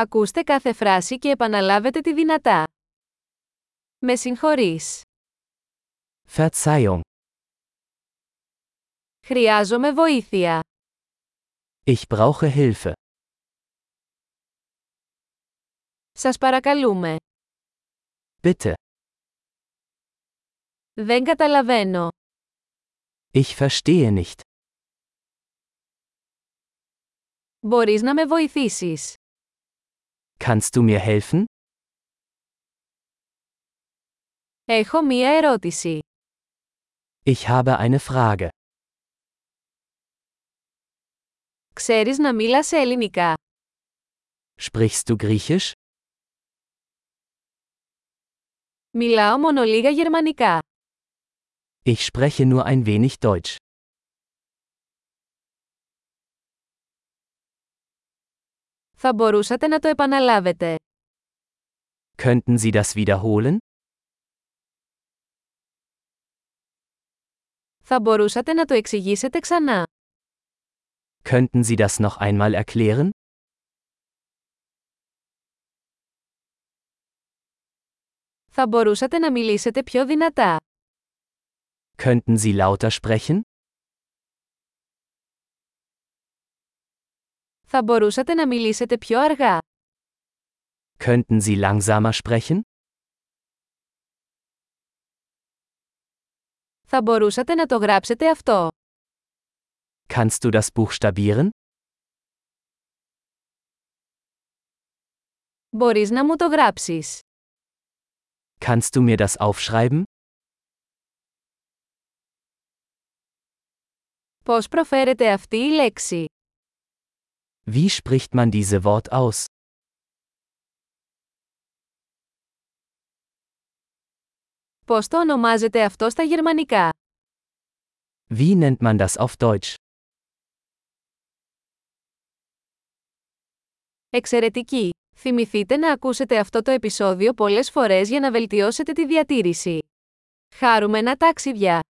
Ακούστε κάθε φράση και επαναλάβετε τη δυνατά. Με συγχωρείς. Verzeihung, Χρειάζομαι βοήθεια. ich brauche Hilfe. Σας παρακαλούμε. Bitte, Δεν καταλαβαίνω. ich verstehe nicht. Μπορείς να με βοηθήσεις. Kannst du mir helfen? Έχω μία ερώτηση. Ich habe eine Frage. Ξέρεις να μίλας ελληνικά. Sprichst du Griechisch? Μιλάω μόνο λίγα γερμανικά. Ich spreche nur ein wenig Deutsch. Θα μπορούσατε να το επαναλάβετε. Könnten Sie das wiederholen? Θα μπορούσατε να το εξηγήσετε ξανά. Könnten Sie das noch einmal erklären? Θα μπορούσατε να μιλήσετε πιο δυνατά. Könnten Sie lauter sprechen? Θα μπορούσατε να μιλήσετε πιο αργά. Könnten Sie langsamer sprechen? Θα μπορούσατε να το γράψετε αυτό. Kannst du das buchstabieren? Μπορείς να μου το γράψεις. Kannst du mir das aufschreiben? Πώς προφέρεται αυτή η λέξη. Wie spricht man diese Wort aus? Πώς το ονομάζεται αυτό στα γερμανικά. Wie nennt man das auf Deutsch? Εξαιρετική! Θυμηθείτε να ακούσετε αυτό το επεισόδιο πολλές φορές για να βελτιώσετε τη διατήρηση. Χάρουμενα ταξίδια!